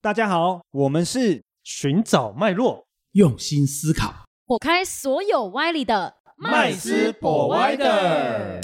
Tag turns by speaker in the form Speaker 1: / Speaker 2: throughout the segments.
Speaker 1: 大家好，我们是
Speaker 2: 寻找脉络，
Speaker 3: 用心思考。
Speaker 4: 火开所有歪理的
Speaker 1: 麦斯博歪的。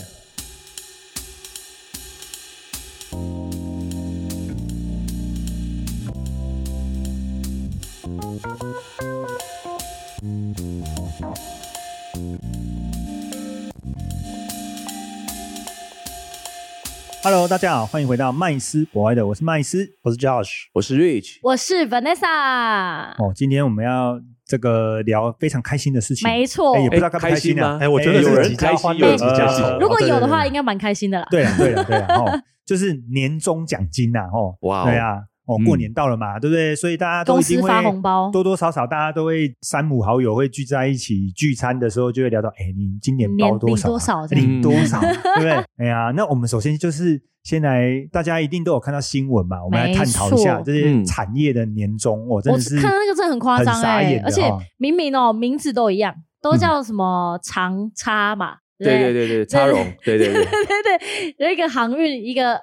Speaker 1: Hello，大家好，欢迎回到麦斯博爱的，我是麦斯，我是 Josh。
Speaker 5: 我是 Rich，
Speaker 4: 我是 Vanessa，
Speaker 1: 哦，今天我们要这个聊非常开心的事情，
Speaker 4: 没错
Speaker 1: 哎。也不知道该不开心
Speaker 5: 开心
Speaker 1: 啊。
Speaker 5: 吗
Speaker 1: 哎，
Speaker 3: 我觉得
Speaker 1: 有
Speaker 3: 有
Speaker 1: 人
Speaker 3: 人
Speaker 1: 几家
Speaker 5: 开心
Speaker 1: 欢
Speaker 5: 有
Speaker 1: 乐
Speaker 4: 人
Speaker 1: 几
Speaker 4: 几
Speaker 1: 家
Speaker 5: 家愁
Speaker 1: 愁。
Speaker 4: 如果
Speaker 1: 哦
Speaker 4: 有的话，应该蛮开心的啦。
Speaker 1: 对对对对对 哦，就是年终奖金呐，哦，
Speaker 5: 哇哦
Speaker 1: 对啊，哦，
Speaker 5: 嗯
Speaker 1: 过年到了嘛，对不对？所以大家都
Speaker 4: 公
Speaker 1: 一定
Speaker 4: 司
Speaker 1: 会
Speaker 4: 发红包，
Speaker 1: 多多少少，大家都会三五好友会聚在一起聚餐的时候，就会聊到，哎，你今年包多少啊？
Speaker 4: 领多少嗯这样
Speaker 1: 领多少？对不对？ 哎呀，那我们首先就是先来，大家一定都有看到新闻嘛，我们来探讨一下
Speaker 4: 没错
Speaker 1: 这些
Speaker 5: 嗯
Speaker 1: 产业的年终，我真
Speaker 4: 我
Speaker 1: 的是
Speaker 4: 看到那个真的很夸张
Speaker 1: 很傻
Speaker 4: 哎
Speaker 1: 眼，的
Speaker 4: 而且
Speaker 1: 哦嗯
Speaker 4: 明明哦名字都一样，都叫什么长差嘛，
Speaker 5: 对对
Speaker 4: 不
Speaker 5: 对对，叉荣，对对
Speaker 4: 对
Speaker 5: 对，
Speaker 4: 对对，有一个航运，一个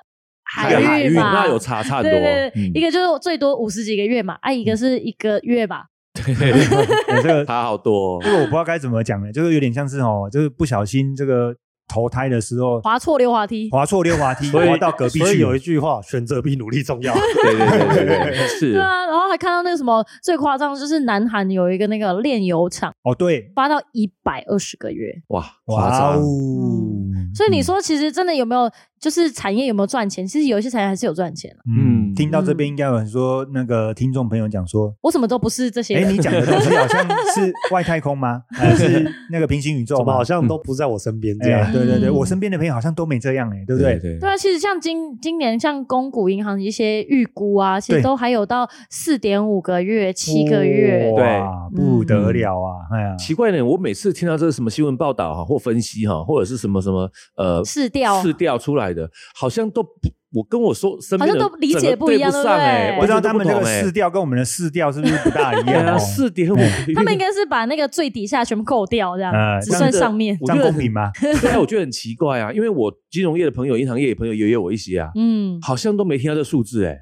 Speaker 5: 一个海
Speaker 4: 运
Speaker 5: 运
Speaker 4: 嘛，
Speaker 5: 那有差差很
Speaker 4: 对
Speaker 5: 多，
Speaker 4: 对对
Speaker 5: 嗯，
Speaker 4: 一个就是最多五十几个月嘛，啊，一
Speaker 1: 嗯
Speaker 4: 个是一个月吧，
Speaker 1: 哎这个
Speaker 5: 差好多哦
Speaker 1: 这。个我不知道该怎么讲呢，就是有点像是哦，就是不小心这个投胎的时候
Speaker 4: 滑错溜滑梯，
Speaker 1: 滑错溜滑梯，
Speaker 2: 所以
Speaker 1: 滑到隔壁
Speaker 2: 所以
Speaker 1: 去
Speaker 2: 有
Speaker 1: 了
Speaker 2: 一。句话，选择比努力重
Speaker 1: 哎
Speaker 2: 要。
Speaker 5: 对对对对 对对，是
Speaker 4: 对，啊，然后还看到那个什么最夸张，就是南韩有一个那个炼油厂，
Speaker 1: 哦，对，
Speaker 4: 发到一百二十个月。
Speaker 5: 哇，
Speaker 1: 哇
Speaker 5: 夸
Speaker 1: 哦
Speaker 5: 张，！
Speaker 4: 嗯所以
Speaker 1: 嗯
Speaker 4: 你说，其实真的有没有，就是产业有没有赚钱？其实有一些产业还是有赚钱的。啊
Speaker 1: 嗯，
Speaker 5: 嗯
Speaker 1: 听到这边应该有很多那个听众朋友讲说，
Speaker 4: 我什么都不是这些
Speaker 1: 哎，
Speaker 4: 人，
Speaker 1: 你讲的东西好像是外太空吗？ 还是那个平行宇宙
Speaker 2: 怎么
Speaker 1: 吗嗯
Speaker 2: 好？像都不在我身边这
Speaker 1: 哎，
Speaker 2: 样？
Speaker 1: 对对对，
Speaker 4: 嗯
Speaker 1: 我身边的朋友好像都没这样哎，对不对？
Speaker 5: 对
Speaker 4: 对啊，其实像今今年像公股银行一些预估啊，其
Speaker 1: 对
Speaker 4: 实都还有到四点五个月、七个月。
Speaker 1: 哦
Speaker 4: 嗯
Speaker 1: 哇，
Speaker 4: 对
Speaker 1: 不得了啊！哎呀，
Speaker 5: 奇怪呢，我每次听到这个什么新闻报道哈、或分析哈、或者是什么什么呃
Speaker 4: 市调
Speaker 5: 市调出来的，好像都不，我跟我说身边的
Speaker 4: 好像都理解
Speaker 5: 整个
Speaker 4: 不一样
Speaker 5: 对上哎、
Speaker 4: 对
Speaker 1: 不
Speaker 5: 完
Speaker 1: 知
Speaker 5: 全
Speaker 1: 道
Speaker 5: 都
Speaker 1: 他们
Speaker 5: 不
Speaker 1: 这个
Speaker 5: 同哎
Speaker 1: 试调跟我们的试调是不是不大一
Speaker 5: 对
Speaker 1: 样
Speaker 5: 啊，
Speaker 1: 哦？
Speaker 5: 四点五，
Speaker 4: 他们应 该是把那个最底下全部扣掉，这样、
Speaker 1: 呃
Speaker 4: 只算上面。
Speaker 5: 我
Speaker 1: 这
Speaker 5: 觉
Speaker 1: 样
Speaker 5: 得
Speaker 1: 公平吗？
Speaker 5: 对啊，我觉得很奇怪啊，因为我金融业的朋友、银行业的朋友也有我一些啊，
Speaker 4: 嗯，
Speaker 5: 好像都没听到这数字哎、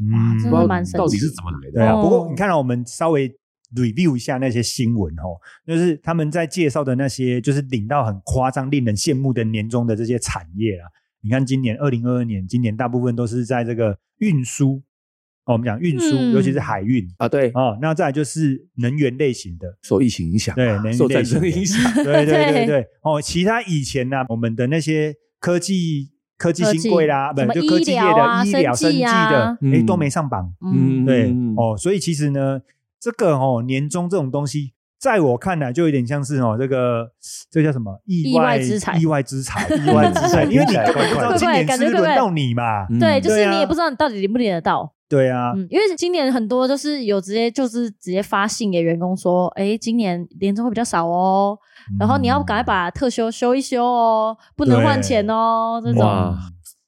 Speaker 1: 嗯，
Speaker 4: 真
Speaker 5: 不
Speaker 4: 的
Speaker 5: 知道
Speaker 4: 蛮神奇
Speaker 5: 到底是怎么来的。
Speaker 1: 对啊，
Speaker 4: 哦
Speaker 1: 不过你看到、我们稍微 review 一下那些新闻哦，就是他们在介绍的那些，就是领到很夸张、令人羡慕的年终的这些产业啊。你看今年二零二二年，今年大部分都是在这个运输哦，我们讲运输，
Speaker 4: 嗯
Speaker 1: 尤其是海运
Speaker 5: 啊，对，
Speaker 1: 哦，那再来就是能源类型的，
Speaker 5: 受疫情影响，
Speaker 1: 对，能源
Speaker 5: 受
Speaker 1: 类
Speaker 5: 战
Speaker 1: 型
Speaker 5: 争
Speaker 1: 的
Speaker 5: 影响，
Speaker 1: 对对对
Speaker 4: 对
Speaker 1: 对，哦，其他以前呢、我们的那些科技科技新贵啦，不
Speaker 4: 科
Speaker 1: 就
Speaker 4: 技什么
Speaker 1: 科技业
Speaker 4: 医疗啊
Speaker 1: 的医疗生
Speaker 4: 生
Speaker 1: 技
Speaker 4: 技
Speaker 1: 的
Speaker 4: 啊，
Speaker 1: 哎，
Speaker 5: 嗯
Speaker 1: 都没上榜。
Speaker 4: 嗯，
Speaker 1: 对
Speaker 5: 嗯，
Speaker 1: 哦，所以其实呢，这个哦，年终这种东西，在我看来就有点像是哦，这个这叫什么意
Speaker 4: 意
Speaker 1: 外
Speaker 4: 外之财
Speaker 1: 意外之 财，
Speaker 2: 意外之财
Speaker 1: 因为你根本
Speaker 2: 怪
Speaker 1: 不知
Speaker 2: 怪
Speaker 1: 道
Speaker 2: 的
Speaker 1: 今年是不是轮到你嘛。
Speaker 5: 嗯
Speaker 4: 对，就是
Speaker 1: 对啊
Speaker 4: 你也不知道你到底领不领得到。
Speaker 1: 对啊，
Speaker 4: 嗯，因为今年很多就是有直接就是直接发信给员工说，哎，今年年终会比较少哦，然后你
Speaker 1: 嗯
Speaker 4: 要赶快把特休休一休哦，不能换钱哦，这种
Speaker 5: 哇，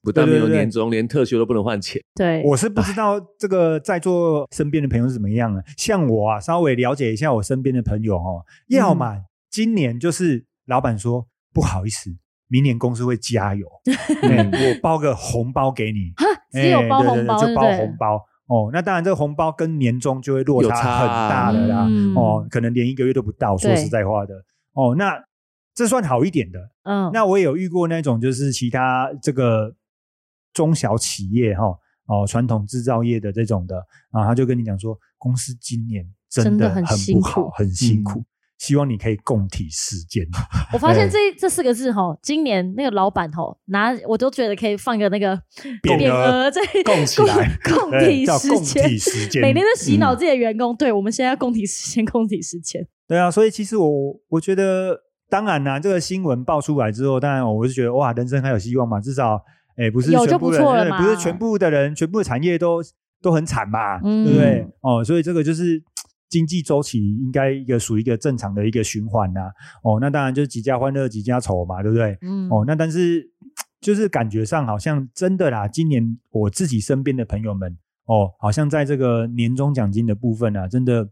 Speaker 5: 不但没有
Speaker 1: 对对对
Speaker 5: 年终，连特休都不能换钱。
Speaker 4: 对，
Speaker 1: 我是不知道这个在座身边的朋友是怎么样的。像我啊，稍微了解一下我身边的朋友哦，要
Speaker 4: 嗯
Speaker 1: 么今年就是老板说不好意思，明年公司会加 油，
Speaker 5: 嗯
Speaker 1: 哎我包个红包给你，
Speaker 4: 哈，只有
Speaker 1: 哎
Speaker 4: 包
Speaker 1: 对对
Speaker 4: 红包，
Speaker 1: 对
Speaker 4: 对
Speaker 1: 就
Speaker 4: 不
Speaker 1: 包
Speaker 4: 对
Speaker 1: 红包。哦，那当然，这个红包跟年终就会落
Speaker 5: 有
Speaker 1: 差
Speaker 5: 差
Speaker 1: 很大的啦。
Speaker 4: 嗯
Speaker 1: 哦，可能连一个月都不到。说
Speaker 4: 对
Speaker 1: 实在话的，哦，那这算好一点的。
Speaker 4: 嗯，
Speaker 1: 那我也有遇过那种，就是其他这个中小企业哈，哦，传统制造业的这种的，啊，他就跟你讲说，公司今年真
Speaker 4: 真的
Speaker 1: 很
Speaker 4: 很
Speaker 1: 不
Speaker 4: 辛
Speaker 1: 好
Speaker 4: 苦，
Speaker 1: 很辛
Speaker 5: 嗯
Speaker 1: 苦，希望你可以共体时间。
Speaker 4: 我发现这这四个字哈，今年那个老板哈拿，我都觉得可以放个那个
Speaker 1: 匾额
Speaker 4: 额在
Speaker 1: 供起来
Speaker 4: 共共
Speaker 1: 对
Speaker 4: 体
Speaker 1: 哎叫
Speaker 4: 时
Speaker 1: 共
Speaker 4: 间
Speaker 1: 体嗯时间
Speaker 4: 每年都洗脑自己的员工，对我们现在要共体时间，共体时间，
Speaker 1: 对啊，所以其实我我觉得，当然啦、这个新闻爆出来之后，当然我就觉得哇，人生还有希望嘛，至少哎，不是
Speaker 4: 有
Speaker 1: 全部人
Speaker 4: 就不错了
Speaker 1: 对
Speaker 4: 嘛
Speaker 1: 不是全部的人，全部的产业都都很惨嘛，
Speaker 4: 嗯
Speaker 1: 对不对？哦，所以这个就是。嘖经济周期应该一个属于一个正常的一个循环呐、哦，那当然就是几家欢乐几家愁嘛，对不对？
Speaker 4: 嗯，
Speaker 1: 哦，那但是嘖就是感觉上好像真的啦，今年我自己身边的朋友们哦，好像在这个年终奖金的部分啊，真的嘖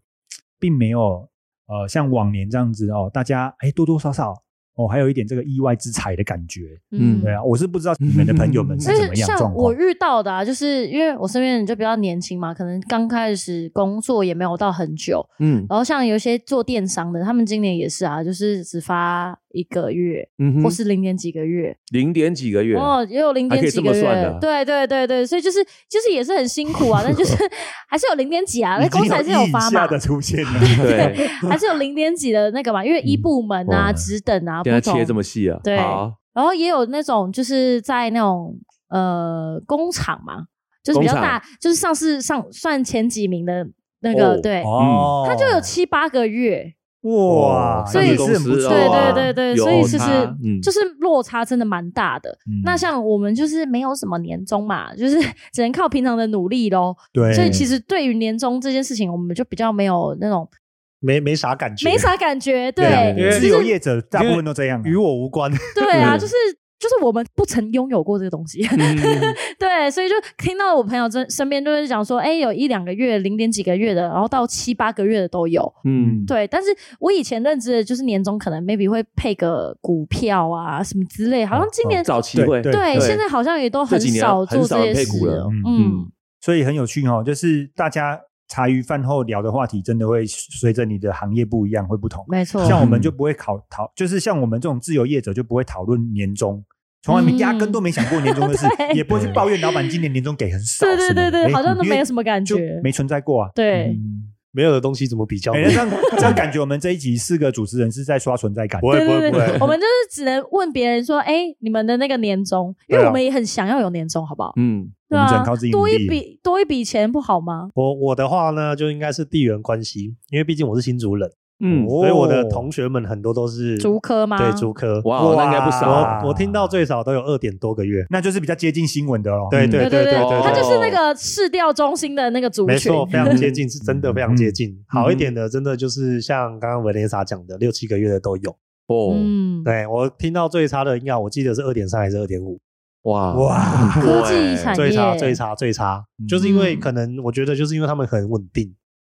Speaker 1: 并没有呃像往年这样子哦，大家哎多多少少哦，还有一点这个意外之财的感觉。
Speaker 5: 嗯
Speaker 1: 对啊，我是不知道你们的朋友们是
Speaker 4: 就
Speaker 1: 怎么
Speaker 4: 是
Speaker 1: 样
Speaker 4: 像
Speaker 1: 状况
Speaker 4: 我。遇到的、啊，就是因为我身边的人就比较年轻嘛，可能刚开始工作也没有到很久。
Speaker 5: 嗯
Speaker 4: 然后像有一些做电商的，他们今年也是啊，就是只发一个月，
Speaker 5: 嗯哼
Speaker 4: 或是零点几个月，
Speaker 5: 零点几个月，
Speaker 4: 哦，也有零
Speaker 5: 还
Speaker 4: 点
Speaker 5: 可以
Speaker 4: 几
Speaker 5: 这么
Speaker 4: 个月，
Speaker 5: 算的啊
Speaker 4: 对对对对，所以就是就是也是很辛苦啊，但就是 还是有零点几啊，那
Speaker 1: 已经
Speaker 4: 公司还是有
Speaker 1: 一以
Speaker 4: 发
Speaker 1: 下
Speaker 4: 嘛，
Speaker 1: 的出现 了，
Speaker 5: 对，
Speaker 4: 还是有零点几的那个嘛，因为一部门啊、
Speaker 5: 哇
Speaker 4: 职等啊不
Speaker 5: 现在
Speaker 4: 同
Speaker 5: 切这，么细啊，
Speaker 4: 对
Speaker 5: 好，
Speaker 4: 然后也有那种就是在那种呃工厂嘛，就是比较
Speaker 5: 工厂
Speaker 4: 大，就是上市上算前几名的那个，
Speaker 5: 哦
Speaker 4: 对，
Speaker 1: 哦，
Speaker 4: 他就有七八个月，
Speaker 1: 哇，
Speaker 5: 哦
Speaker 4: 所以
Speaker 1: 也是很不错
Speaker 5: 哦
Speaker 1: 啊
Speaker 4: 对对对对，
Speaker 5: 有
Speaker 4: 所以就是
Speaker 5: 差嗯
Speaker 4: 就是落差真的蛮大的。
Speaker 1: 嗯
Speaker 4: 那像我们就是没有什么年终嘛，就是 只能靠平常的努力喽。
Speaker 1: 嗯对，
Speaker 4: 所以其实对于年终这件事情，我们就比较没有那种
Speaker 2: 没没啥感觉，
Speaker 4: 没啥感觉，
Speaker 1: 啊
Speaker 4: 对
Speaker 2: 因为
Speaker 1: 自由业者大部分都这样啊，
Speaker 2: 与我无关。
Speaker 4: 对啊，
Speaker 5: 嗯
Speaker 4: 就是就是我们不曾拥有过这个东西，
Speaker 5: 嗯
Speaker 4: 对，所以就听到我朋友真身边就是讲说，哎，有一两个月、零点几个月的，然后到七八个月的都有，
Speaker 5: 嗯，
Speaker 4: 对，但是我以前认知的就是年终可能 maybe 会配个股票啊什么之类，好像今年、
Speaker 5: 早期会
Speaker 1: 对
Speaker 4: 对现在好像也都很
Speaker 5: 这几年
Speaker 4: 少做这
Speaker 5: 很少
Speaker 4: 些
Speaker 5: 人配
Speaker 4: 事
Speaker 5: 股了
Speaker 4: 了
Speaker 5: 嗯
Speaker 4: 嗯，
Speaker 1: 所以很有趣哦，就是大家茶余饭后聊的话题，真的会随着你的行业不一样会不同。
Speaker 4: 没错，
Speaker 1: 像我们就不会考讨，就是像我们这种自由业者就不会讨论年终，从来没
Speaker 4: 嗯，
Speaker 1: 压根都没想过年终的事
Speaker 4: 对
Speaker 1: 也不会去抱怨老板今年年终给很少
Speaker 4: 对
Speaker 1: 什么
Speaker 4: 对
Speaker 1: 的。
Speaker 4: 对对，
Speaker 1: 哎
Speaker 4: 好像都没有什么感
Speaker 1: 就
Speaker 4: 觉，
Speaker 1: 没存在过啊。
Speaker 4: 对，
Speaker 5: 嗯
Speaker 2: 没有的东西怎么比较呢
Speaker 1: 哎，？那这样 这样感觉，我们这一集四个主持人是在刷存在感。
Speaker 2: 不会
Speaker 4: 对
Speaker 2: 不会
Speaker 4: 对
Speaker 2: 不
Speaker 4: 对，
Speaker 2: 会，
Speaker 4: 我们就是只能问别人说，哎，你们的那个年终，因为
Speaker 2: 对啊
Speaker 4: 我们也很想要有年终，好不好？
Speaker 5: 嗯，
Speaker 1: 我
Speaker 4: 对
Speaker 1: 们只
Speaker 4: 啊
Speaker 1: 能靠自己，努
Speaker 4: 多一
Speaker 1: 力
Speaker 4: 笔多一笔钱不好吗？
Speaker 2: 我我的话呢，就应该是地缘关系，因为毕竟我是新竹人，
Speaker 5: 嗯，
Speaker 1: 哦
Speaker 2: 所以我的同学们很多都是
Speaker 4: 竹科吗？
Speaker 2: 对竹科。
Speaker 5: 哇
Speaker 1: 哇，
Speaker 5: 那应该不少
Speaker 1: 哇
Speaker 2: 我我听到最少都有二点多个月。
Speaker 1: 那就是比较接近新闻的哦。
Speaker 2: 对
Speaker 5: 嗯
Speaker 2: 对
Speaker 4: 对
Speaker 2: 对
Speaker 4: 对，
Speaker 5: 对
Speaker 4: 他就是那
Speaker 5: 哦
Speaker 4: 个市调中心的那个族
Speaker 2: 没
Speaker 4: 群，
Speaker 2: 错，非常接近，是真的非常接近。好一
Speaker 5: 嗯
Speaker 2: 点的，真的就是像刚刚维雷莎讲的，六七个月的都有。
Speaker 5: 哦，
Speaker 4: 嗯，
Speaker 2: 对我听到最差的应该我记得是二点三还是二点五，
Speaker 5: 哇
Speaker 1: 嗯哇
Speaker 5: 很
Speaker 4: 科
Speaker 5: 多
Speaker 4: 技
Speaker 5: 欸
Speaker 4: 产业
Speaker 2: 最差最差最差，就是因为
Speaker 4: 嗯
Speaker 2: 可能我觉得就是因为他们很稳定，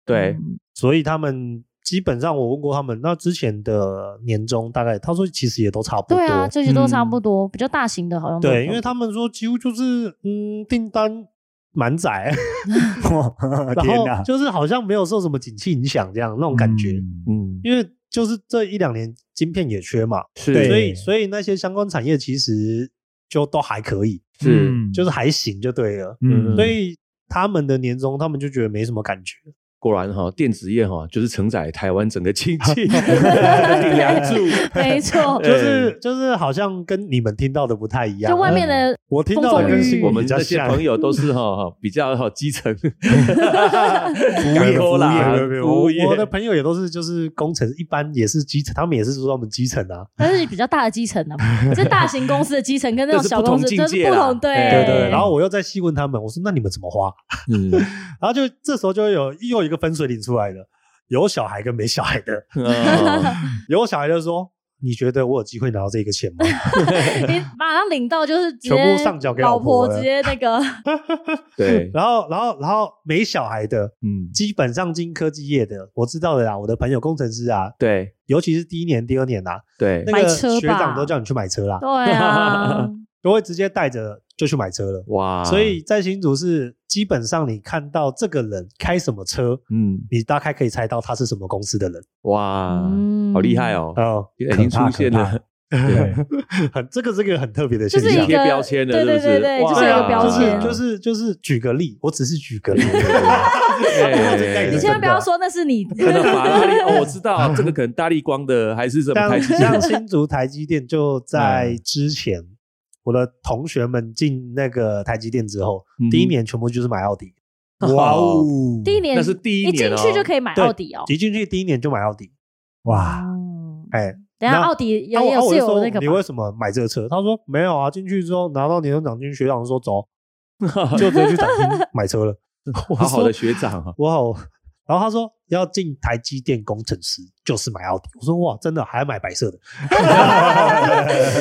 Speaker 5: 对，
Speaker 2: 所以他们基本上我问过他们，那之前的年终大概他说其实也都差不多。
Speaker 4: 对啊，这些都差
Speaker 5: 嗯
Speaker 4: 不多，比较大型的好像都
Speaker 2: 对，
Speaker 4: 有
Speaker 2: 因为他们说几乎就是嗯订单满载， 然
Speaker 1: 天
Speaker 2: 后
Speaker 1: 哪，
Speaker 2: 就是好像没有受什么景气影响这样那种感觉，
Speaker 1: 嗯
Speaker 5: 嗯，
Speaker 2: 因为就是这一两年晶片也缺嘛，
Speaker 5: 是
Speaker 2: 所以所以那些相关产业其实就都还可以，
Speaker 5: 是，
Speaker 1: 嗯
Speaker 2: 就是还行就对了。
Speaker 1: 嗯
Speaker 2: 所以他们的年终，他们就觉得没什么感觉。
Speaker 5: 果然哈，电子业哈就是承载台湾整个经 济的顶 梁柱，
Speaker 4: 没错，
Speaker 5: 对
Speaker 2: 就是就是好像跟你们听到的不太一样，呃
Speaker 4: 就外面的
Speaker 2: 我听到的
Speaker 4: 风
Speaker 2: 跟
Speaker 4: 风雨
Speaker 2: 新
Speaker 4: 雨
Speaker 5: 我
Speaker 2: 闻
Speaker 5: 们
Speaker 2: 比较
Speaker 5: 这些
Speaker 2: 像，
Speaker 5: 朋友都是哈哈比较哈基层，
Speaker 2: 服务
Speaker 5: 港
Speaker 2: 业
Speaker 5: 口
Speaker 2: 服务
Speaker 5: 啦
Speaker 2: 业没有没有
Speaker 5: 服务
Speaker 2: 我
Speaker 5: 业
Speaker 2: 我的朋友也都是就是工程，一般也是基层，他们也是说他们基层啊，
Speaker 4: 但是比较大的基层啊， 这大型公司的基层跟那种
Speaker 5: 这是
Speaker 4: 小
Speaker 5: 不
Speaker 4: 公
Speaker 5: 同
Speaker 4: 司
Speaker 5: 境
Speaker 4: 真是
Speaker 5: 界
Speaker 4: 不
Speaker 5: 啦
Speaker 4: 同，对
Speaker 5: 对
Speaker 2: 对对。然后我又在细问他们，我说那你们怎么花？
Speaker 5: 嗯，
Speaker 2: 然后就这时候就会有又有一个分水岭出来了，有小孩跟没小孩的，
Speaker 5: 哦
Speaker 2: 有小孩就说。你觉得我有机会拿到这个钱吗？
Speaker 4: 你马上领到就是直接
Speaker 2: 全部上缴给
Speaker 4: 老
Speaker 2: 老婆了
Speaker 4: 直接那 个，
Speaker 5: 对，
Speaker 2: 然后，然后，然后没小孩的，
Speaker 5: 嗯，
Speaker 2: 基本上进科技业的，我知道的啦。我的朋友工程师啊，
Speaker 5: 对
Speaker 2: 尤其是第一年、第二年啊，
Speaker 5: 对，
Speaker 2: 那个
Speaker 4: 买车吧
Speaker 2: 学长都叫你去买车啦，
Speaker 4: 对 啊，
Speaker 2: 都会直接带着就去买车了。
Speaker 5: 哇，
Speaker 2: 所以在新竹是基本上你看到这个人开什么车，
Speaker 5: 嗯，
Speaker 2: 你大概可以猜到他是什么公司的人
Speaker 5: 哇，
Speaker 4: 嗯
Speaker 5: 好厉害哦，
Speaker 2: 哦，
Speaker 5: 已经
Speaker 2: 可怕
Speaker 5: 出现了，
Speaker 1: 对
Speaker 2: 很这个是个很特别的
Speaker 4: 就
Speaker 2: 现
Speaker 4: 是
Speaker 2: 象啊
Speaker 4: 一。
Speaker 5: 贴
Speaker 4: 个
Speaker 5: 标签了
Speaker 4: 对对
Speaker 5: 是不
Speaker 4: 对
Speaker 5: 是
Speaker 4: 对，
Speaker 5: 哇
Speaker 4: 就是一个标
Speaker 2: 就是
Speaker 4: 签。
Speaker 2: 就是就是举个例，我只是 举个例，
Speaker 5: 对
Speaker 4: 你千万不要说那是你，
Speaker 5: 看到法拉利哦，我知道这个可能大力光的还是什么台
Speaker 2: 像
Speaker 5: 积电
Speaker 2: 像新竹台积电就在之前，
Speaker 5: 嗯
Speaker 2: 我的同学们进那个台积电之后，
Speaker 5: 嗯
Speaker 2: 第一年全部就是买奥迪，
Speaker 1: 哇哦，
Speaker 4: 第一年
Speaker 5: 那是第一
Speaker 4: 一
Speaker 5: 年
Speaker 4: 进
Speaker 5: 哦
Speaker 4: 去就可以买
Speaker 2: 对
Speaker 4: 奥迪哦。
Speaker 2: 一进去第一年就买奥迪，
Speaker 1: 哇，
Speaker 4: 嗯
Speaker 2: 哎，
Speaker 4: 等一下
Speaker 2: 那
Speaker 4: 奥迪也
Speaker 2: 啊我啊
Speaker 4: 有
Speaker 2: 我
Speaker 4: 是有
Speaker 2: 就说
Speaker 4: 那个
Speaker 2: 你
Speaker 4: 吧
Speaker 2: 为什么买这个车？他说没有啊，进去之后拿到年终奖金，学长说走， 就直接去展厅买车了。 我
Speaker 5: 好好的
Speaker 2: 说
Speaker 5: 学长啊，
Speaker 2: 哇哦！然后他说要进台积电工程师就是买奥迪，我说哇，真的还买白 色的，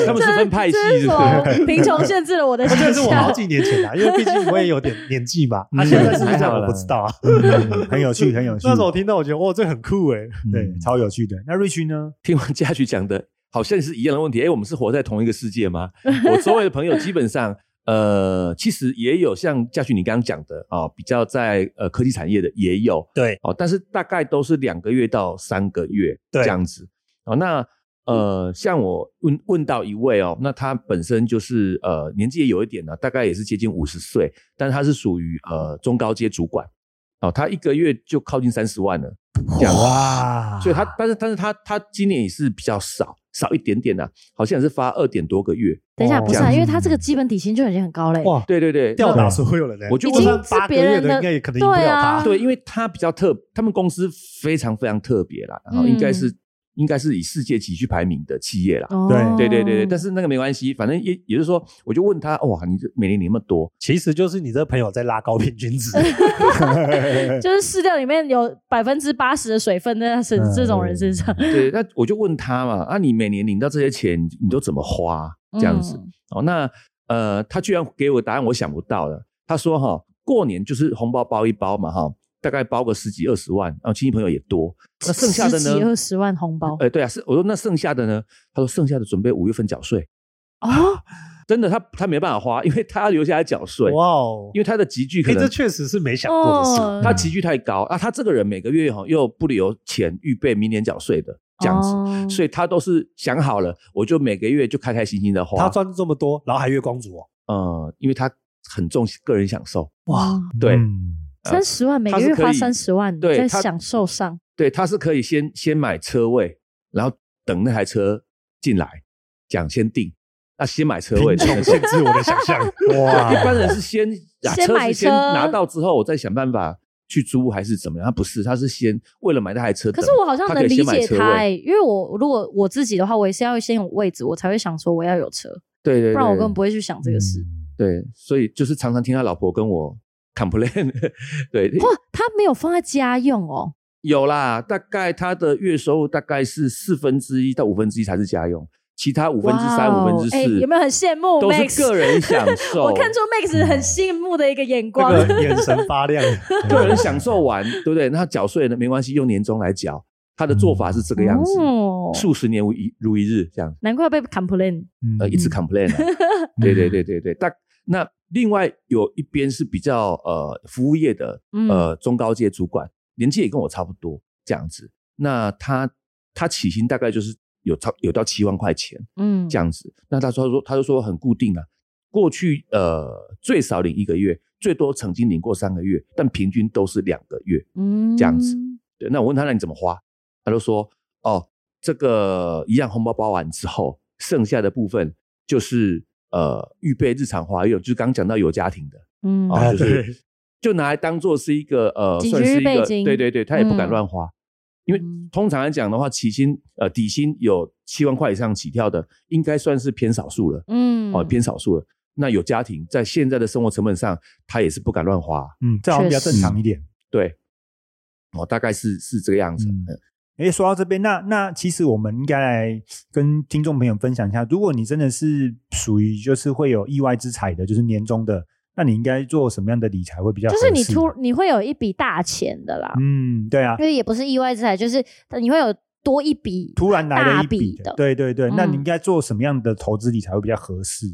Speaker 5: 他们是分派系
Speaker 4: 这是
Speaker 5: 是啊
Speaker 4: 什
Speaker 5: 不
Speaker 4: 么
Speaker 5: 是？
Speaker 4: 贫穷限制了 我的
Speaker 2: 啊这
Speaker 4: 想
Speaker 2: 是我好
Speaker 4: 象。
Speaker 2: 几年前啊啦、因为毕竟我也有点年 纪嘛。他、现在是不是这样我不知道啊。
Speaker 1: 嗯很有趣，很有趣
Speaker 2: 那时。候我听到，我觉得哇，这很酷哎、
Speaker 1: 对，超有趣的。那瑞 i 呢？
Speaker 5: 听完嘉许讲的，好像是一样的问题。哎，我们是活在同一个世界吗？ 我周围的朋友基本上，呃，其实也有像嘉旭你刚刚讲的啊、比较在呃科技产业的也有
Speaker 2: 对
Speaker 5: 哦，但是大概都是两个月到三个月
Speaker 2: 对
Speaker 5: 这样子。哦，那呃，像我问问到一位哦，那他本身就是呃年纪也有一点呢、大概也是接近五十岁，但他是属于呃中高阶主管。哦，他一个月就靠近三十万了，这样子
Speaker 1: 哇，
Speaker 5: 所以他，但是，但是他他今年也是比较少，少一点点呐、好像也是发二点多个月。
Speaker 4: 等一下，
Speaker 2: 哦
Speaker 4: 不是
Speaker 5: 这
Speaker 4: 啊，
Speaker 5: 样
Speaker 4: 因为他这个基本底薪就已经很高嘞、
Speaker 2: 哇，
Speaker 5: 对对对，
Speaker 2: 吊
Speaker 5: 那
Speaker 1: 啊
Speaker 2: 打所有人呢，
Speaker 5: 我就
Speaker 4: 已
Speaker 5: 问
Speaker 4: 经
Speaker 5: 他
Speaker 2: 问
Speaker 4: 是
Speaker 2: 八个
Speaker 4: 别
Speaker 2: 月
Speaker 4: 人
Speaker 2: 的
Speaker 4: 的
Speaker 2: 应该也可能赢不
Speaker 4: 对
Speaker 2: 了
Speaker 4: 啊
Speaker 2: 他，
Speaker 5: 对，因为他比较特，他们公司非常非常特别啦，然后应该是、应该是以世界级去排名的企业啦。
Speaker 4: 哦
Speaker 1: 对
Speaker 5: 对对对对，但是那个没关系，反正也也就是说，我就问他，哇，你这每年你那么多，
Speaker 2: 其实就是你这朋友在拉高平均 值，
Speaker 4: 就是饲料里面有百分之八十的水分在他身、
Speaker 1: 嗯
Speaker 4: 这种人身上，
Speaker 5: 对，那我就问他嘛，啊，你每年领到这些钱，你你都怎么花？这样子，
Speaker 4: 嗯
Speaker 5: 哦，那呃，他居然给我答案，我想不到了。他说哈、过年就是红包包一包嘛哈、大概包个十几二十万，然后亲戚朋友也多。那剩下的
Speaker 4: 十几
Speaker 5: 呢？
Speaker 4: 二十万红包、
Speaker 5: 呃，对啊，是我说那剩下的呢？他说剩下的准备五月份缴税。
Speaker 4: 哦，
Speaker 5: 真的，他他没办法花，因为他要留下来缴税，
Speaker 2: 哇哦，
Speaker 5: 因为他的集聚可
Speaker 2: 哎，
Speaker 5: 能
Speaker 2: 这确实是没想过的事，
Speaker 4: 哦
Speaker 5: 他集聚太高啊，他这个人每个月哈、又不留钱预备明年缴税的这样子。
Speaker 4: 哦
Speaker 5: 所以他都是想好了，我就每个月就开开心心的
Speaker 2: 他
Speaker 5: 花。
Speaker 2: 赚这么多，然后还月光族哦，
Speaker 5: 呃，因为他很重视个人享受，
Speaker 2: 哇，
Speaker 5: 对
Speaker 1: 嗯
Speaker 4: 三十万每个
Speaker 5: 呃他是
Speaker 4: 月
Speaker 5: 可以
Speaker 4: 花三十万，
Speaker 5: 对
Speaker 4: 在
Speaker 5: 他
Speaker 4: 享受上，
Speaker 5: 对，他是可以先先买车位，然后等那台车进来，讲先定，那先买车位。
Speaker 2: 贫
Speaker 5: 等那
Speaker 2: 穷
Speaker 5: 车
Speaker 2: 限制我的想 象，
Speaker 5: 对一
Speaker 2: 哇，
Speaker 5: 般人是先啊，
Speaker 4: 先
Speaker 5: 车
Speaker 4: 买
Speaker 5: 是先
Speaker 4: 车
Speaker 5: 拿到之后，我再想办法去租还是怎么样？他不是，他是先为了买那台车
Speaker 4: 可
Speaker 5: 等。
Speaker 4: 是我好像
Speaker 5: 他
Speaker 4: 能
Speaker 5: 可以
Speaker 4: 理
Speaker 5: 先买
Speaker 4: 解
Speaker 5: 车
Speaker 4: 他哎、
Speaker 5: 位
Speaker 4: 因为我如果我自己的话，我也是要先有位置，我才会想说我要有车，
Speaker 5: 对对对，
Speaker 4: 不然我根本不会去想这个事。
Speaker 1: 嗯
Speaker 5: 对，所以就是常常听他老婆跟我 complain，对，
Speaker 4: 哇，他没有放在家用哦，
Speaker 5: 有啦，大概他的月收入大概是四分之一到五分之一才是家用，其他五分之三、
Speaker 4: 哇
Speaker 5: 五
Speaker 4: 哦
Speaker 5: 分之
Speaker 4: 哎
Speaker 5: 四
Speaker 4: 有没有很羡慕
Speaker 5: 都是
Speaker 4: Max？
Speaker 5: 个人哦享 受。
Speaker 4: 我看出 Max 很羡慕的一个眼光，
Speaker 5: 哦
Speaker 2: 那个眼神发亮，
Speaker 5: 个人享受完，对不对？ 那他缴税呢，没关系，用年终来缴。他的做法是这个样子，
Speaker 4: 哦
Speaker 5: 数十年如一如一日这样，
Speaker 4: 难怪被 complain。
Speaker 1: 嗯
Speaker 5: 呃，一直 complain 啊、 对对对对对。但那另外有一边是比较呃服务业的
Speaker 4: 嗯
Speaker 5: 呃中高阶主管，年纪也跟我差不多这样子。那他他起薪大概就是有超有到七万块钱，
Speaker 4: 嗯，
Speaker 5: 这样子。那他说他说他就说很固定啊，过去呃最少领一个月，最多曾经领过三个月，但平均都是两个月。
Speaker 4: 嗯
Speaker 5: 这样子对，那我问他那你怎么花？他就说哦，这个一样红包包完之后，剩下的部分就是呃预备日常花用，就是刚讲到有家庭的
Speaker 4: 嗯，
Speaker 5: 啊、
Speaker 2: 哎
Speaker 5: 就
Speaker 2: 对
Speaker 5: 是就拿来当做是一个呃
Speaker 4: 紧
Speaker 5: 算
Speaker 4: 急
Speaker 5: 是
Speaker 4: 预
Speaker 5: 一
Speaker 4: 备
Speaker 5: 个
Speaker 4: 金
Speaker 5: 对对对，他也不敢
Speaker 4: 嗯
Speaker 5: 乱花。因为
Speaker 4: 嗯
Speaker 5: 通常来讲的话，起薪呃底薪有七万块以上起跳的，应该算是偏少数了。
Speaker 4: 嗯，
Speaker 5: 哦，偏少数了。那有家庭，在现在的生活成本上，他也是不敢乱花，
Speaker 1: 嗯，这好像比较正常一点。
Speaker 5: 对，哦，大概是是这个样子。
Speaker 1: 嗯
Speaker 5: 嗯
Speaker 1: 诶，说到这边，那那其实我们应该来跟听众朋友分享一下，如果你真的是属于就是会有意外之财的，就是年终的，那你应该做什么样的理财会比较合
Speaker 4: 就
Speaker 1: 适？
Speaker 4: 是你突你会有一笔大钱的啦，
Speaker 1: 嗯，对啊
Speaker 4: 因，为也不是意外之财，就是你会有多一笔
Speaker 1: 突然来了一笔
Speaker 4: 大笔的
Speaker 1: 对对对，
Speaker 4: 嗯
Speaker 1: 那你应该做什么样的投资理财会比较合适？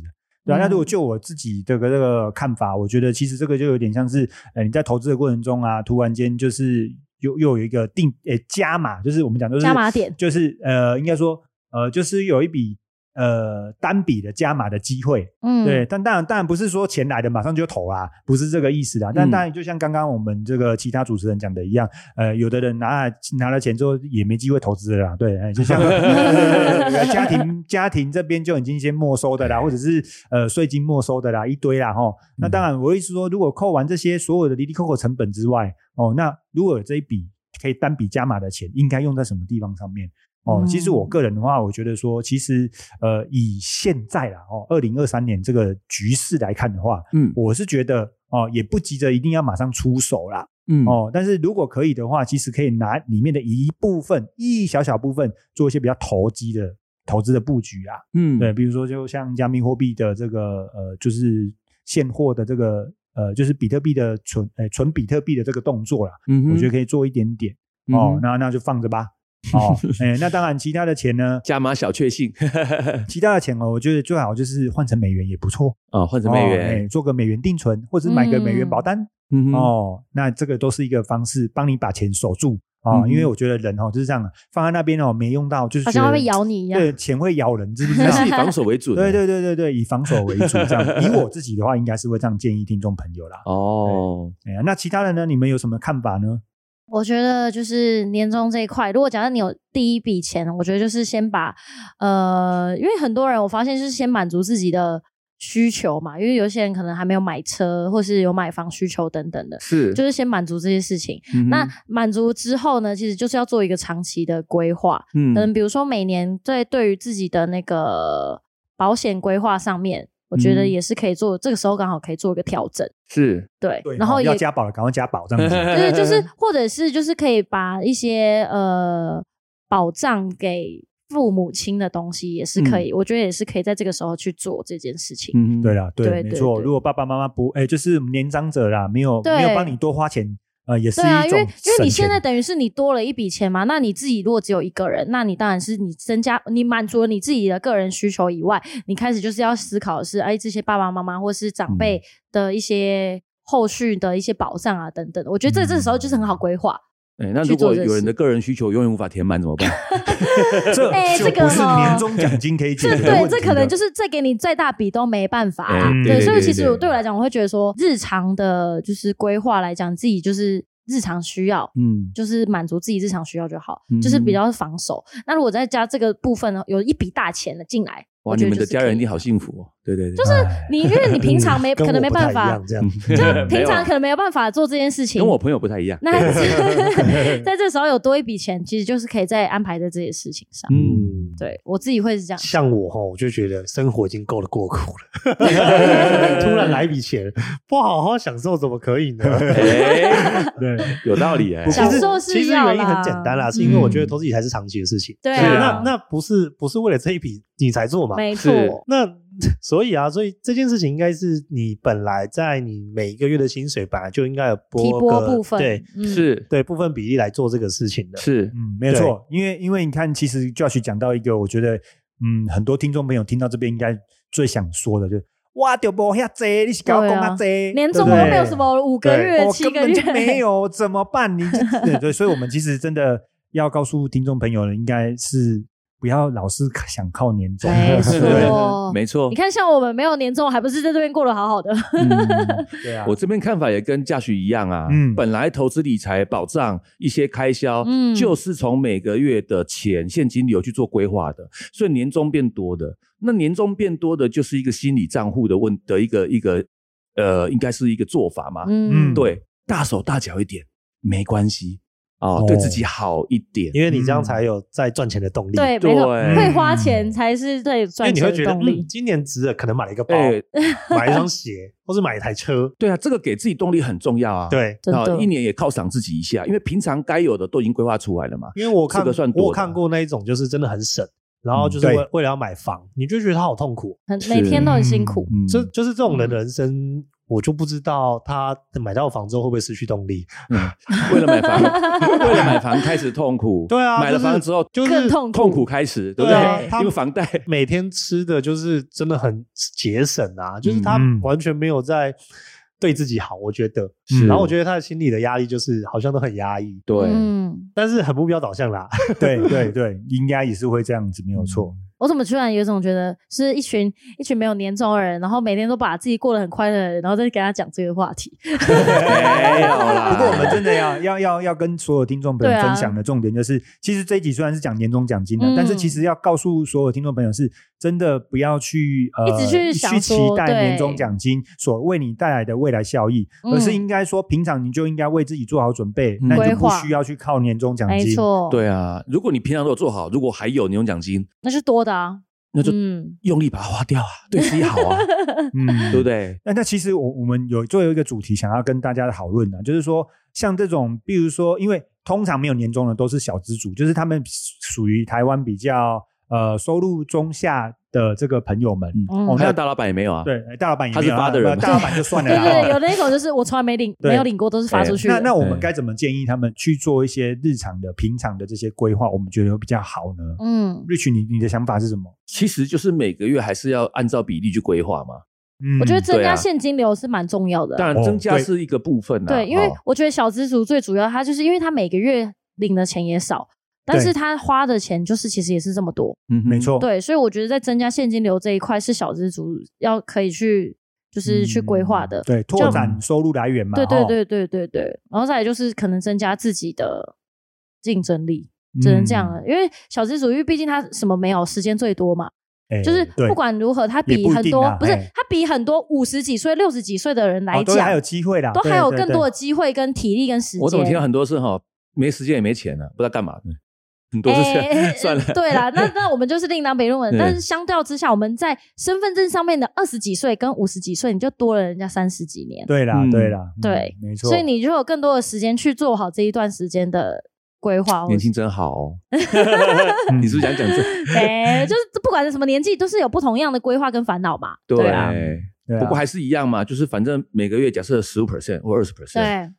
Speaker 1: 对啊，
Speaker 4: 嗯
Speaker 1: 那如果就我自己这个这个看法，我觉得其实这个就有点像是，呃，你在投资的过程中啊，突然间就是又又有一个定，呃，加码，就是我们讲就是
Speaker 4: 加码点
Speaker 1: 就是呃，应该说呃，就是有一笔呃单笔的加码的机会，
Speaker 4: 嗯，
Speaker 1: 对，但当然，当然不是说钱来的马上就投啦，不是这个意思啦。但
Speaker 5: 嗯
Speaker 1: 当然，就像刚刚我们这个其他主持人讲的一样，呃，有的人拿了拿了钱之后也没机会投资了啦，对，哎就像呃家庭家庭这边就已经先没收的啦，或者是呃税金没收的啦，一堆啦吼。那当然，我意思说，如果扣完这些所有的离离扣扣成本之外，哦，那如果有这一笔可以单笔加码的钱，应该用在什么地方上面？哦，
Speaker 4: 嗯
Speaker 1: 其实我个人的话，我觉得说，其实呃，以现在啦，哦，二零二三年这个局势来看的话，
Speaker 5: 嗯
Speaker 1: 我是觉得哦，也不急着一定要马上出手啦，
Speaker 5: 嗯
Speaker 1: 哦，但是如果可以的话，其实可以拿里面的一部分，一小小部分做一些比较投机的投资的布局啊，
Speaker 5: 嗯
Speaker 1: 对，比如说就像加密货币的这个呃，就是现货的这个呃，就是比特币的哎存呃存比特币的这个动作啦，
Speaker 5: 嗯
Speaker 1: 我觉得
Speaker 5: 可
Speaker 1: 可以做一点点。
Speaker 5: 以
Speaker 1: 哦哦，那那就放着吧。 哦，哎，那当然，其他的钱呢？
Speaker 5: 加码小确幸呃
Speaker 1: 其他的钱哦，我觉得最好就是换成美元也不错，
Speaker 5: 啊，换成美元
Speaker 1: 哦哎，做个美元定存，或者买个美元保单、
Speaker 5: 嗯哼
Speaker 1: 哦。那这个都是一个方式，帮你把钱守住哦。
Speaker 5: 嗯
Speaker 1: 因为我觉得人哦就是这样，放在那边哦没用到，就是
Speaker 4: 好像它
Speaker 1: 觉得
Speaker 4: 会咬你一样。
Speaker 1: 对，钱会咬人，知不知道
Speaker 5: 还？ 是 以防守为主。
Speaker 1: 哎对对对对对，以防守为主，这样。以我自己的话，应该是会这样建议听众朋友啦。
Speaker 5: 哦，
Speaker 1: 哎呀，那其他人呢？你们有什么看法呢？
Speaker 4: 我觉得就是年终这一块，如果假设你有第一笔钱，我觉得就是先把呃，因为很多人我发现就是先满足自己的需求嘛，因为有些人可能还没有买车，或是有买房需求等等的，
Speaker 5: 是，
Speaker 4: 就是先满足这些事情。
Speaker 5: 嗯哼
Speaker 4: 那满足之后呢，其实就是要做一个长期的规划，可能
Speaker 5: 嗯
Speaker 4: 比如说每年在对于自己的那个保险规划上面，我觉得
Speaker 5: 嗯
Speaker 4: 也是可以做，这个时候刚好可以做一个调整，
Speaker 5: 是，
Speaker 4: 对，
Speaker 1: 对，
Speaker 4: 然后
Speaker 1: 哦
Speaker 4: 也
Speaker 1: 要加保了，赶快加保这样子。
Speaker 4: 对，就是 或者是就是可以把一些呃保障给父母亲的东西也是可
Speaker 1: 嗯
Speaker 4: 以，我觉得也是可以在这个时候去做这件事情。
Speaker 5: 嗯哼
Speaker 1: 对啦，
Speaker 4: 对
Speaker 1: 没
Speaker 4: 对
Speaker 1: 错。
Speaker 4: 对
Speaker 1: 如果爸爸妈妈不，哎，就是年长者啦，没有
Speaker 4: 对
Speaker 1: 没有帮你多花钱，呃，也是
Speaker 4: 对啊，
Speaker 1: 一
Speaker 4: 因为
Speaker 1: 种
Speaker 4: 因为
Speaker 1: 省
Speaker 4: 你现在
Speaker 1: 钱
Speaker 4: 等于是你多了一笔钱嘛，那你自己如果只有一个人，那你当然是你增加你满足了你自己的个人需求以外，你开始就是要思考的是，哎，这些爸爸妈妈或是长辈
Speaker 1: 嗯
Speaker 4: 的一些后续的一些保障啊等等的，我觉得这
Speaker 1: 嗯
Speaker 4: 这时候就是很好规划。
Speaker 5: 哎，那
Speaker 4: 去
Speaker 5: 如果
Speaker 4: 做这
Speaker 5: 有人
Speaker 4: 事
Speaker 5: 的个人需求永远无法填满 怎么办？
Speaker 1: 这
Speaker 4: 哎
Speaker 1: 就
Speaker 4: 这个
Speaker 1: 不是
Speaker 4: 哦
Speaker 1: 年终奖金可以解
Speaker 4: 这
Speaker 1: 决的
Speaker 4: 对，
Speaker 1: 问
Speaker 4: 这
Speaker 1: 题
Speaker 4: 可能
Speaker 1: 的
Speaker 4: 就是再给你再大笔都没办法啊啦。
Speaker 1: 嗯
Speaker 4: 对，所以
Speaker 5: 哎对
Speaker 4: 其实
Speaker 5: 对
Speaker 4: 我对我来讲，我会觉得说，日常的就是规划来讲，自己就是日常需要，
Speaker 5: 嗯，
Speaker 4: 就是满足自己日常需要就好，
Speaker 5: 嗯
Speaker 4: 就是比较防守。那如果再加这个部分呢，有一笔大钱的进来，
Speaker 5: 哇，
Speaker 4: 我觉
Speaker 5: 你
Speaker 4: 得
Speaker 5: 们
Speaker 4: 就
Speaker 5: 的
Speaker 4: 是可以
Speaker 5: 家人一定好幸福哦。对对对，
Speaker 1: 哎
Speaker 4: 你因为你 平常没
Speaker 2: 嗯跟
Speaker 4: 可能
Speaker 2: 我
Speaker 4: 没
Speaker 2: 不
Speaker 4: 办
Speaker 2: 太一
Speaker 4: 法
Speaker 2: 样，
Speaker 5: 嗯
Speaker 2: 这样。
Speaker 4: 就
Speaker 5: 没
Speaker 4: 平
Speaker 5: 有
Speaker 4: 常
Speaker 5: 啊
Speaker 4: 可能没有办法做这件事情。
Speaker 5: 跟我朋友不太 一样。
Speaker 4: 那在这时候有多一笔钱，其实就是可以再安排在这些事情上。
Speaker 5: 嗯，
Speaker 2: 嗯，
Speaker 4: 对我自己会是这样，
Speaker 2: 像我哈，我就觉得生活已经够得过苦 了，突然来一笔钱，不好好享受怎么可 以呢？
Speaker 5: 哎，
Speaker 1: 对
Speaker 5: 有道理哎
Speaker 2: 不。
Speaker 4: 享
Speaker 2: 其实
Speaker 4: 受是
Speaker 2: 其实
Speaker 4: 要
Speaker 2: 原因很
Speaker 4: 啦
Speaker 2: 简单啦，是因为我觉得
Speaker 1: 嗯
Speaker 2: 投资理财是长期的事情。
Speaker 4: 对
Speaker 5: 是
Speaker 4: 啊
Speaker 5: 啊，
Speaker 2: 那那不是不是为了这一笔你才做嘛？
Speaker 4: 没错，
Speaker 5: 是
Speaker 2: 那所以啊，所以这件事情应该是你本来在你每一个月的薪水本来就应该有拨
Speaker 4: 提拨
Speaker 2: 个
Speaker 4: 部分
Speaker 2: 对，
Speaker 4: 嗯
Speaker 5: 是
Speaker 2: 对部分比例来做这个事情的。
Speaker 5: 是，
Speaker 1: 嗯，没有错，因为因为你看，其实 Josh 讲到一个，我觉得嗯，很多听众朋友听到这边应该最想说的就是，哇，丢波遐济，你是搞
Speaker 4: 对啊
Speaker 1: 讲啊济，
Speaker 4: 年终
Speaker 1: 对
Speaker 4: 都
Speaker 1: 不对
Speaker 4: 没有什么五个
Speaker 2: 对
Speaker 4: 月、
Speaker 1: 我
Speaker 4: 七
Speaker 1: 根
Speaker 4: 个
Speaker 1: 本
Speaker 4: 月
Speaker 1: 就没有，怎么办？你对对，所以我们其实真的要告诉听众朋友呢，应该是不要老是想靠年终，
Speaker 4: 没 错，
Speaker 5: 没错
Speaker 4: 你。看，像我们没有年终，还不是在这边过得好好 的？
Speaker 5: 嗯
Speaker 1: 对啊，
Speaker 5: 我这边看法也跟嘉许一样啊，
Speaker 1: 嗯
Speaker 5: 本来投资理财保障一些开销，
Speaker 4: 嗯
Speaker 5: 就是从每个月的钱现金流去做规划的，所以年终变多的，那年终变多的就是一个心理账户的问的一个一个呃，应该是一个做法嘛，
Speaker 1: 嗯
Speaker 5: 对，大手大脚一点没关系哦
Speaker 1: 哦
Speaker 5: 对自己好一点，
Speaker 2: 因为你这样才有在赚钱的动力。
Speaker 4: 对，
Speaker 5: 对
Speaker 4: 没错，
Speaker 5: 嗯
Speaker 4: 会花钱才是最
Speaker 2: 因为
Speaker 4: 赚
Speaker 2: 你
Speaker 4: 钱
Speaker 2: 会
Speaker 4: 的
Speaker 2: 觉得，
Speaker 4: 动力
Speaker 2: 嗯，。今年值了，可能买了一个包，
Speaker 5: 哎
Speaker 2: 买一双鞋，或是买一台车。
Speaker 5: 对啊，这个给自己动力很重要啊，
Speaker 2: 对，
Speaker 4: 真
Speaker 5: 啊
Speaker 4: 的，
Speaker 5: 一年也犒赏自己一下，因为平常该有的都已经规划出来了嘛，
Speaker 2: 因为我看
Speaker 5: 这个算多的啊
Speaker 2: 我有看过那一种，就是真的很省，然后就
Speaker 1: 嗯
Speaker 2: 是
Speaker 1: 对
Speaker 2: 为、为了要买房，你就觉得他好痛苦。
Speaker 4: 很每天都很辛苦。
Speaker 5: 嗯
Speaker 2: 这就是这种人的人生，我就不知道他买到房之后会不会失去动力。
Speaker 5: 嗯， 为了买房，为了买房开始痛苦。
Speaker 2: 对啊
Speaker 5: 买了房之后
Speaker 2: 就是
Speaker 4: 更痛苦
Speaker 5: 痛苦开始，对不
Speaker 4: 对啊
Speaker 5: 对？
Speaker 2: 他
Speaker 5: 因为房贷，
Speaker 1: 嗯
Speaker 2: 每天吃的就是真的很节省啊，就是他
Speaker 1: 嗯
Speaker 2: 完全没有在对自己好，我觉得。
Speaker 1: 是
Speaker 2: 然后我觉得他的心理的压力就是好像都很压抑，
Speaker 5: 对，
Speaker 4: 嗯，
Speaker 2: 但是很目标导向啦。
Speaker 1: 对对对，应该也是会这样子，没有错。
Speaker 5: 嗯
Speaker 4: 我怎么突然有一种觉得是一群一群没有年终的人，然后每天都把自己过得很快乐的人，然后再跟他讲这个话题。
Speaker 5: 没有 啦。
Speaker 1: 不过我们真的要要要要跟所有听众朋友
Speaker 4: 对啊
Speaker 1: 分享的重点就是，其实这一集虽然是讲年终奖金的，
Speaker 4: 嗯
Speaker 1: 但是其实要告诉所有听众朋友是，真的不要去呃
Speaker 4: 一直去想
Speaker 1: 期
Speaker 4: 说
Speaker 1: 待
Speaker 4: 对
Speaker 1: 年终奖金所为你带来的未来效益，
Speaker 4: 嗯
Speaker 1: 而是应该说平常你就应该为自己做好准备，
Speaker 5: 嗯
Speaker 1: 那你就
Speaker 4: 规
Speaker 1: 不
Speaker 4: 划
Speaker 1: 需要去靠年终奖
Speaker 4: 没
Speaker 1: 金。
Speaker 4: 错，，
Speaker 5: 对啊，如果你平常都有做好，如果还有年终奖金，
Speaker 4: 那是多的啊。
Speaker 5: 那就
Speaker 4: 嗯，
Speaker 5: 用力把它花掉啊，对自己好 啊，
Speaker 1: 嗯，
Speaker 5: 对不对？
Speaker 1: 那那其实我我们有最后一个主题想要跟大家讨论呢、啊就是说像这种，比如说，因为通常没有年终的都是小资族，就是他们属于台湾比较呃收入中下的这个朋友们，
Speaker 4: 嗯
Speaker 1: 哦，
Speaker 5: 还有
Speaker 1: 那
Speaker 5: 大老板也没有啊？
Speaker 1: 对哎大老板也
Speaker 5: 他是
Speaker 1: 没有啊
Speaker 5: 发的人
Speaker 1: 呃大老板就算了
Speaker 4: 对
Speaker 1: 啦。
Speaker 4: 对，对
Speaker 1: 哦
Speaker 4: 有那种就是我从来没领，
Speaker 1: 对
Speaker 4: 没有领过，都是发出去的。
Speaker 1: 那那我们
Speaker 5: 对
Speaker 1: 该怎么建议他们去做一些日常的、平常的这些规划？我们觉得比较好呢
Speaker 4: 嗯，
Speaker 1: ？Rich，你你的想法是什么？
Speaker 5: 其实就是每个月还是要按照比例去规划嘛。
Speaker 1: 嗯
Speaker 4: 我觉得增
Speaker 5: 对
Speaker 4: 加
Speaker 5: 啊
Speaker 4: 现金流是蛮重要的啊。
Speaker 5: 当然，
Speaker 1: 哦
Speaker 5: 增加
Speaker 1: 对
Speaker 5: 是一个部分啊。
Speaker 4: 对，因为
Speaker 5: 哦
Speaker 4: 我觉得小资族最主要，他就是因为他每个月领的钱也少，但
Speaker 1: 对
Speaker 4: 是他花的钱就是其实也是这么多。
Speaker 5: 嗯哼
Speaker 1: 没错，
Speaker 4: 对，所以我觉得在增加现金流这一块是小资族要可以去就是去规划的
Speaker 1: 嗯。 对，拓展收入来源嘛，
Speaker 4: 对对
Speaker 1: 哦，
Speaker 4: 对对对对，然后再来就是可能增加自己的竞争力，只能这样了。
Speaker 1: 嗯，
Speaker 4: 因为小资主因为毕竟他什么没有，时间最多嘛，
Speaker 1: 哎
Speaker 4: 就是
Speaker 1: 对
Speaker 4: 不管如何，他
Speaker 1: 也
Speaker 4: 比
Speaker 1: 不一
Speaker 4: 很
Speaker 1: 定
Speaker 4: 多
Speaker 1: 啊
Speaker 4: 不是
Speaker 1: 哎
Speaker 4: 他比很多五十几岁、六十几岁的人来
Speaker 1: 哦都还
Speaker 4: 讲
Speaker 1: 有，机会啦，
Speaker 4: 都还
Speaker 1: 对
Speaker 4: 有
Speaker 1: 对
Speaker 4: 更
Speaker 1: 对
Speaker 4: 多的机会、跟体力、跟时间。
Speaker 5: 我怎么听到很多是哈，没时间也没钱呢、啊不知道干嘛，嗯很多是这样、
Speaker 4: 哎
Speaker 5: 算了。
Speaker 4: 对啦，那那我们就是另当别论。
Speaker 5: 对
Speaker 4: 但是相较之下，我们在身份证上面的二十几岁跟五十几岁，你就多了人家三十几年，
Speaker 1: 对啦
Speaker 5: 嗯
Speaker 1: 对啦，嗯
Speaker 4: 对
Speaker 1: 没错，
Speaker 4: 所以你就有更多的时间去做好这一段时间的规划。
Speaker 5: 年轻真好 哦，
Speaker 1: 嗯
Speaker 5: 你是不是想讲这？
Speaker 4: 哎、就是不管是什么年纪，都是有不同样的规划跟烦恼嘛。
Speaker 5: 对
Speaker 4: 啊，
Speaker 1: 对啊
Speaker 5: 不过还是一样嘛，就是反正每个月假设十五 percent 或二十 percent，
Speaker 4: 对，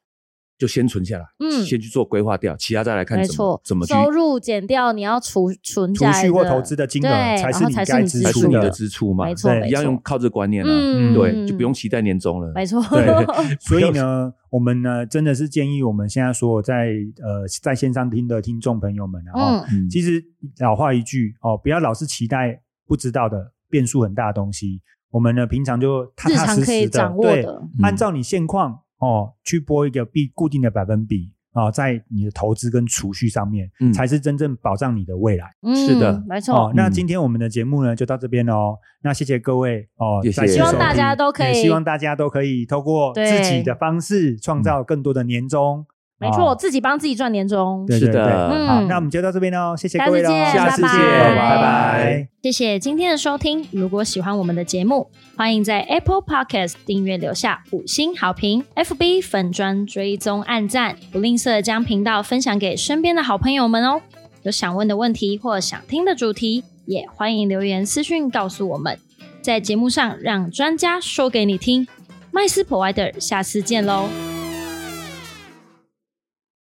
Speaker 5: 就先存下来，
Speaker 4: 嗯
Speaker 5: 先去做规划掉，其他再来看
Speaker 4: 没
Speaker 5: 怎么
Speaker 4: 错，
Speaker 5: 怎么去
Speaker 4: 收入减掉你要储存下
Speaker 1: 储
Speaker 4: 来
Speaker 1: 蓄或投资的金额
Speaker 4: 对，然
Speaker 1: 是
Speaker 4: 后
Speaker 1: 你
Speaker 4: 才
Speaker 1: 该
Speaker 4: 是你
Speaker 1: 支
Speaker 4: 支
Speaker 5: 才
Speaker 1: 出
Speaker 5: 是你
Speaker 1: 的
Speaker 5: 的支出嘛，
Speaker 4: 没错
Speaker 1: 对，
Speaker 4: 没
Speaker 5: 一样用
Speaker 4: 错，
Speaker 5: 靠这观念啊，
Speaker 4: 嗯
Speaker 5: 对，就不用期待年终了，
Speaker 4: 没错，
Speaker 1: 对所以呢，我们呢真的是建议我们现在所有在呃在线上听的听众朋友们啊，然后、
Speaker 4: 嗯，
Speaker 5: 嗯
Speaker 1: 其实老话一句哦，不要老是期待不知道的变数很大的东西。我们呢，平常就踏
Speaker 4: 日
Speaker 1: 踏
Speaker 4: 常
Speaker 1: 实
Speaker 4: 可以
Speaker 1: 实的
Speaker 4: 掌，握
Speaker 1: 对，
Speaker 4: 的，嗯
Speaker 1: 按照你现况哦，去拨一个必固定的百分比啊、哦，在你的投资跟储蓄上面，
Speaker 5: 嗯
Speaker 1: 才是真正保障你的未来。
Speaker 4: 嗯，
Speaker 5: 是的
Speaker 4: 没
Speaker 1: 哦
Speaker 4: 错，，
Speaker 1: 那
Speaker 5: 嗯
Speaker 1: 今天我们的节目呢就到这边了哦。那谢谢各位哦，
Speaker 5: 也谢
Speaker 1: 再次
Speaker 5: 希望
Speaker 1: 收
Speaker 5: 大
Speaker 4: 家
Speaker 1: 听
Speaker 4: 都可
Speaker 1: 也
Speaker 4: 以
Speaker 1: 希望大家都可以透过自己
Speaker 4: 对
Speaker 1: 的方式创造更多的年终。
Speaker 4: 没错，
Speaker 1: 哦，
Speaker 4: 自己帮自己赚年终。
Speaker 1: 对
Speaker 5: 是
Speaker 1: 对对
Speaker 5: 的，
Speaker 4: 嗯
Speaker 1: 好，那我们就到这边喽，谢谢各位喽，
Speaker 4: 下
Speaker 5: 次见
Speaker 1: 拜
Speaker 5: 拜拜
Speaker 1: 拜。
Speaker 4: 谢谢今天的收听。如果喜欢我们的节目，欢迎在 Apple Podcast 订阅留下五星好评，FB 粉砖追踪按赞，不吝啬将频道分享给身边的好朋友们哦。有想问的问题或想听的主题，也欢迎留言私讯告诉我们，在节目上让专家说给你听。麦斯 Provider，下次见喽。